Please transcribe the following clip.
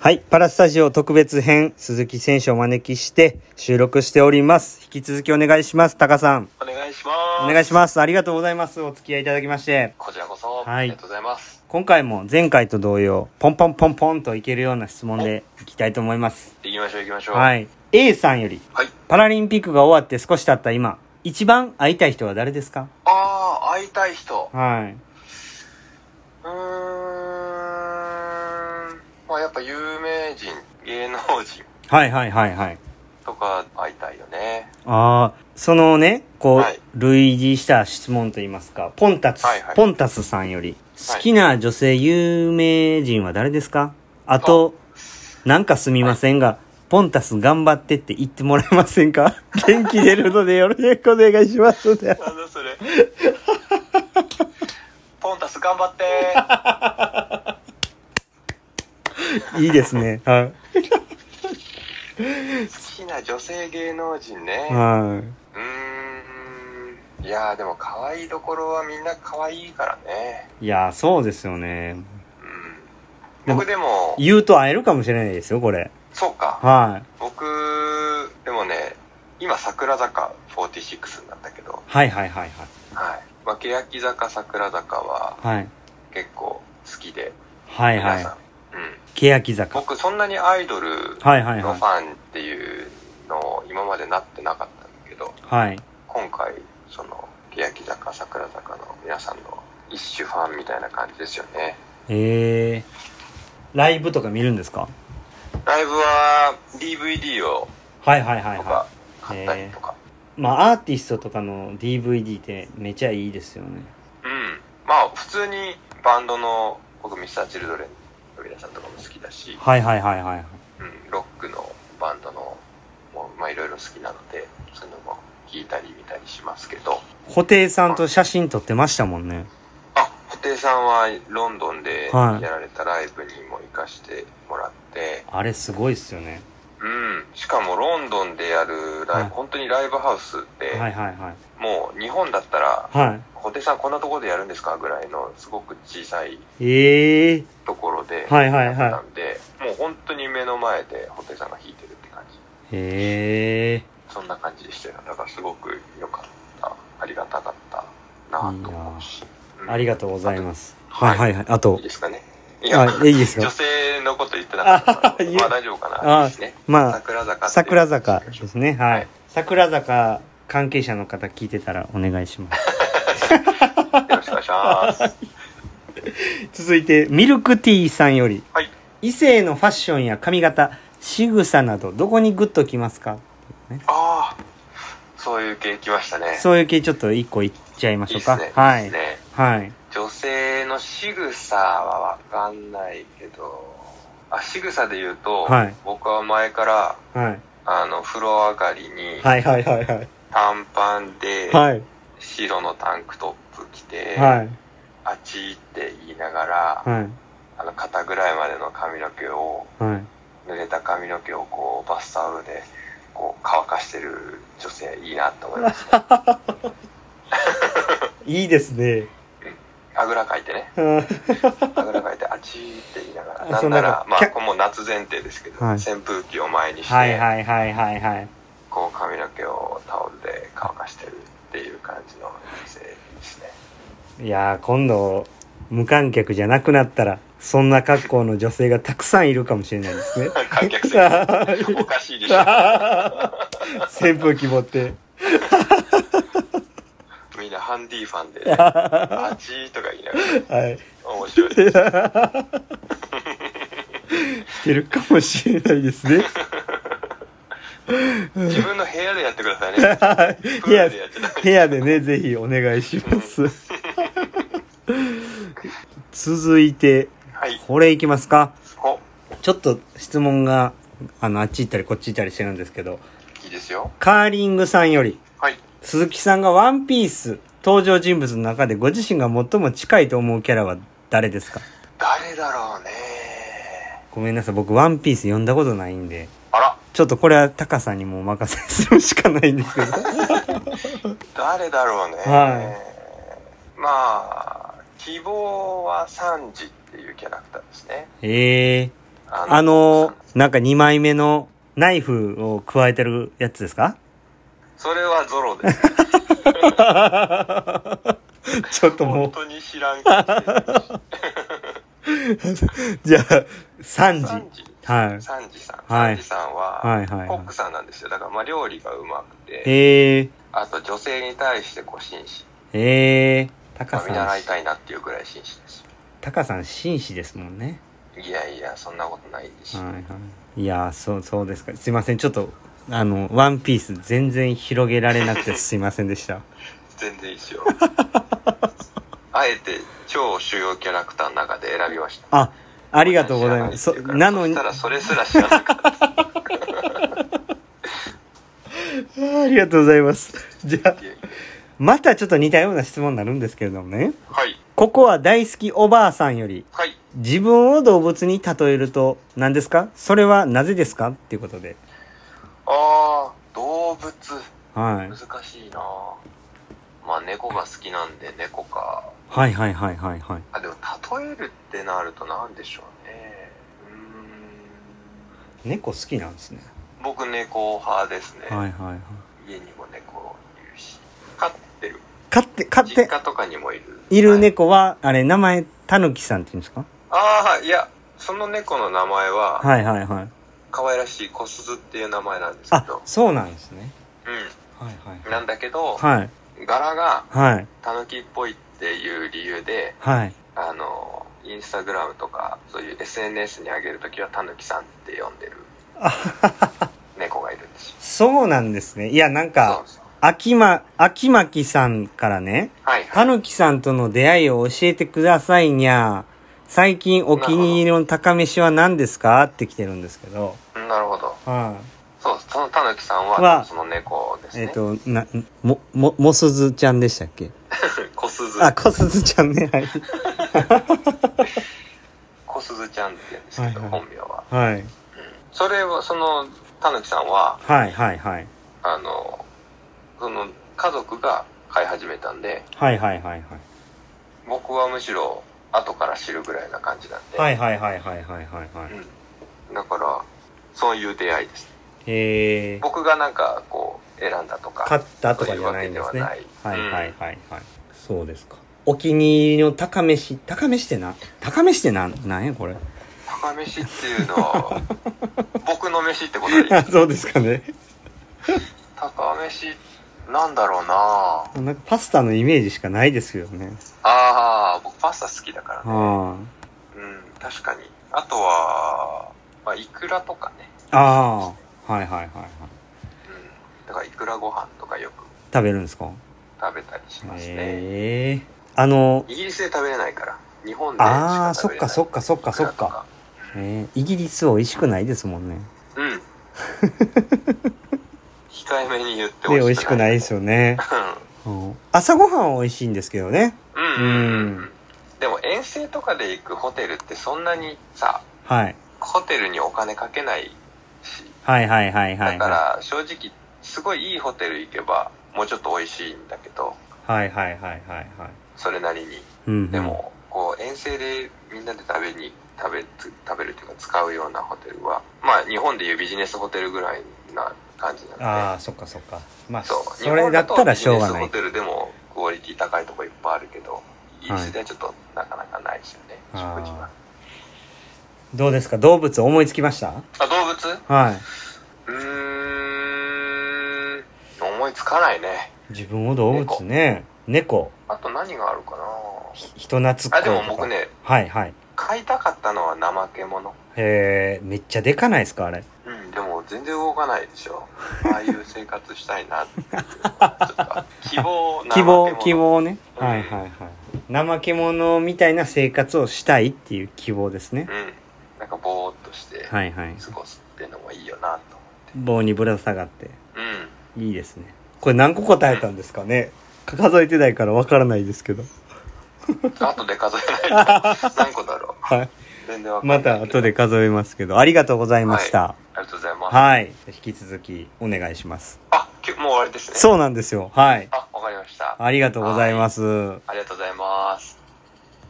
はい。パラスタジオ特別編、鈴木選手をお招きして収録しております。引き続きお願いします、タカさん。お願いします。お願いします。ありがとうございます。お付き合いいただきまして。こちらこそ、はいありがとうございます。今回も前回と同様、ポンポンポンポンといけるような質問でいきたいと思います。行きましょう行きましょう。。はいい。A さんより、はい。パラリンピックが終わって少し経った今、一番会いたい人は誰ですかああ、会いたい人。はい。うーん。まあやっぱ有名人、芸能人はいはいはいはい。とか会いたいよね。ああ、そのね、こう、はい類似した質問といいますか、ポンタツ、はいはいポンタツさんより、好きな女性有名人は誰ですかあと、なんかすみませんが、ポンタス頑張ってって言ってもらえませんか 元気出るのでよろしくお願いします。なんだそれ。ポンタス頑張っていいですね。はい。好きな女性芸能人ね。はうーん。いやーでも可愛いところはみんな可愛いからね。い。いやー、そうですよね。うん。僕でも、言うと会えるかもしれないですよ、これ。そうか。はい。僕でもね今桜坂46になったけど、はいはいはいはいまあ、欅坂桜坂ははい。はい。結構好きではい皆はいさん、。うん、欅坂。僕そんなにアイドルはいはいのはいフ。ァンっていうのを今までなってなかったんだけどはい。今回その欅坂桜坂の皆さんの一種ファンみたいな感じですよねへえライブとか見るんですかライブは DVD をはいはいはいとはか買ったりとか、いまあアーティストとかの DVD ってめちゃいいですよねうん。まあ、普通にバンドの、僕、ミスター・チルドレンの皆さんとかも好きだし、はいはいはいはいうん、ロックのバンドの、もう、まあ、いろいろ好きなので、そういうのも聞いたり見たりしますけど、布袋さんと写真撮ってましたもんねあ、布袋さんはロンドンではやいられたライブにも行かしてもらって、あれすごいっすよねうん。しかもロンドンでやるライブ、はい本当にライブハウスって、はいはいはいもう日本だったら、は布袋さんこんなところでやるんですかぐらいの、すごく小さいいええところで、はいはいはいだったんで、もう本当に目の前で布袋さんが弾いてるって感じ。へえそんな感じでしたよ。だからすごく良かった。ありがたかったなと思うし。うんありがとうございますははいいはいはいあといいですかね。いや、あいいで す女か性のこと言ってなかったかあら、いえまあ大丈夫かあな。いいですね。まあ桜坂。桜坂です。ねははいい桜坂関係者の方聞いてたらお願いしますよろしくお願いし ます。続いてミルクティーさんよりはい。異性のファッションや髪型仕草などどこにグッときますかああ、そういう系来ましたね。そういう系ちょっと一個いっちゃいましいょいうでかすね。はいいですね。はい女性の仕草はわかんないけど、あ、仕草で言うと、はい僕は前から、はいあの、風呂上がりに、はいはいはいはい短パンで、はい白のタンクトップ着て、はいあっち行って言いながら、はいあの、肩ぐらいまでの髪の毛を、はい濡れた髪の毛をこう、バスタオルで、こう、乾かしてる女性、いいなと思い ます。いいですねあぐらかいてね。はあぐらかいて、あっち行って言いながら、あな そうんなら、なんまかあ、これもう夏前提ですけど、はい扇風機を前にして、いはいはいはいはいこう髪の毛をタオルで乾かしてるっていう感じの女性 ですね。いやー今度無観客じゃなくなったらそんな格好の女性がたくさんいるかもしれないで すね観客席おかしいでしょ。扇風機持ってみんなハンディファ ンで、あちーとか言いながはいら、面白いです。 してるかもしれないですね自分の部屋でやってくださいね。はい部プー屋ルでやっちゃダメ部屋でね、ぜひお願いします。続いて、はい。これいきますか。お、ちょっと質問が、あの、あっち行ったりこっち行ったりしてるんですけど、いいですよ。カーリングさんより、はい。鈴木さんがワンピース登場人物の中でご自身が最も近いと思うキャラは誰ですか誰だろうね。ごめんなさい、僕ワンピース読んだことないんで、あら、ちょっとこれはタカさんにもお任せするしかないんで すけど。誰だろうね。はまあ、希望はサンジっていうキャラクターですね。ええああの、なんか2枚目のナイフを加えてるやつですか それはゾロです。ちょ っとも本う、当に知らんけど。じゃあ、3サン時。ジ。はい。サンジさん。はいサンジさんは、はいはいはいコックさんなんですよ。だから、まあ、料理がうまくて、えー、あと女性に対してこう紳士。えー、タカまあ、見さ習いん、たいなっていうぐらい紳士ですタカさん紳士ですもんね。よ。いやいや、そんなことないです。はいはい。いやー、そう、そうですか。すいません。ちょっと、あの、ワンピース全然広げられなくてすいませんでした。全然いいですよ。 あえて超主要キャラクターの中で選びました。あ、ありがとうございます。そ知らないっていうからなのにそし、たらそれすら知らなかっありがとうございます。じゃあた。いやいやまたちょっと似たような質問になるんですけれどもね。はい。ここは大好きおばあさんより、はい。自分を動物に例えると何ですかそれはなぜですかっていうことで。あー、動物。はい。難しいなぁまあ、猫が好きなんで猫か。はいはいはいはいはい。あ、でも、例えるってなると何でしょうね。うーん。猫好きなんですね。僕、猫派ですね。はいはいはい。家にも猫いるし。飼ってる。飼って、飼っ実て家とかにもいる。いるはい猫は、あれ、名前、たぬきさんって言うんですかああ、いや、その猫の名前は、はいはいはい。可愛らしい小鈴っていう名前なんですけあど、、そうなんですね。うはいはい。ん。なんだけど、はい。柄がはい。タヌキっぽいっていう理由で、はい。あの、インスタグラムとか、そういう SNS に上げるときはタヌキさんって呼んでる猫がいるんですよ。そうなんですね。いや、なんそうか、そう。秋ま、秋巻さんからね、はいたはい。ぬきさんとの出会いを教えてくださいにゃ最近お気に入りの高飯は何ですかって来てるんですけど。うんなるほど。はい。そう、そのタヌキさんはは、その猫ですえっ、ね。と、な、も、も、もすずちゃんでしたっけ小鈴。あ、こすずちゃんね。はい。小鈴ちゃんって言うんですけど、はいはい本名は。はい。それは、そのタヌキさんは、はい、はい、はい。あの、その家族が飼い始めたんで、はい、はい、はい、はい。僕はむしろ後から知るぐらいな感じなんで、はいはいはいはいはいはいはい。うん、だから、そういう出会いです。えー、僕がなんかこう選んだとか、勝ったとかじゃないんですそうね。いうはわいけでははないいはいはい。そうですか。お気に入りの高飯、高飯ってな、高飯ってなん、なんやこれ。 高飯っていうのは、 僕の飯ってことでいいあ、そうですかね。高飯、なんだろうなぁなんかパスタのイメージしかないですけどね。ああ、僕パスタ好きだからね。あうん、確かに。あとは、まあ、イクラとかね。あ。ああ。はいはいはいはうい。ん。だから、イクラご飯とかよく食べるんですか食べたりしますね。ええあの、イギリスで食べれないから日本でしあかあ、そ食べっれなかいそっかそっかそっか。ええイギリス美味しくないですもんね。うん 控えめに言ってで、美味しくないいですよね。うん朝ごはんは美味しいんですけどね。うんうんうんうん、うんでも遠征とかで行くホテルってそんなにさはい。ホテルにお金かけないしはいはいはいはい。だから正直すごいいいホテル行けばもうちょっと美味しいんだけどはいはいはいはいはい。それなりにうんうんで、も、こう遠征でみんなで食べに食べつ食べるというか使うようなホテルはまあ日本でいうビジネスホテルぐらいな感じなのでああ、そっかそっか。まあ、そうそれだったらしょうが日な本だとビジネスホテルでい。もクオリティ高いとこいっぱいあるけどイギリスではちょっとなかなかないですよね、あー食事はどうですか動物思いつきましたあ動物はい。うーん思いつかないね自分を動物ね。猫。あと何があるかひ人懐っこないあとでか。も僕。ねはいはい。買いたかったのは怠け者えー、めっちゃでかないですかあれ。うんでも全然動かないでし ょああいう生活したいなっていうのはちょっと希望希怠望、け希者望ね。うんはいはいはい。怠け者みたいな生活をしたいっていう希望ですね。うんなんかぼーっとして過はいはい。ごすっていうのもいいよなと思棒にぶら下がって。ってうんいいですね。これ何個答えたんですかね数えてないからわからないですけど。あとで数えない と何個だろうはい。全然わかんなまいけどた後で数えますけど、ありがとうございました。ありがとうございます、はい。引き続きお願いします。あきゅもう終わりですねそうなんですよ。はい。あわかりましたありがとうございます。ありがとうございます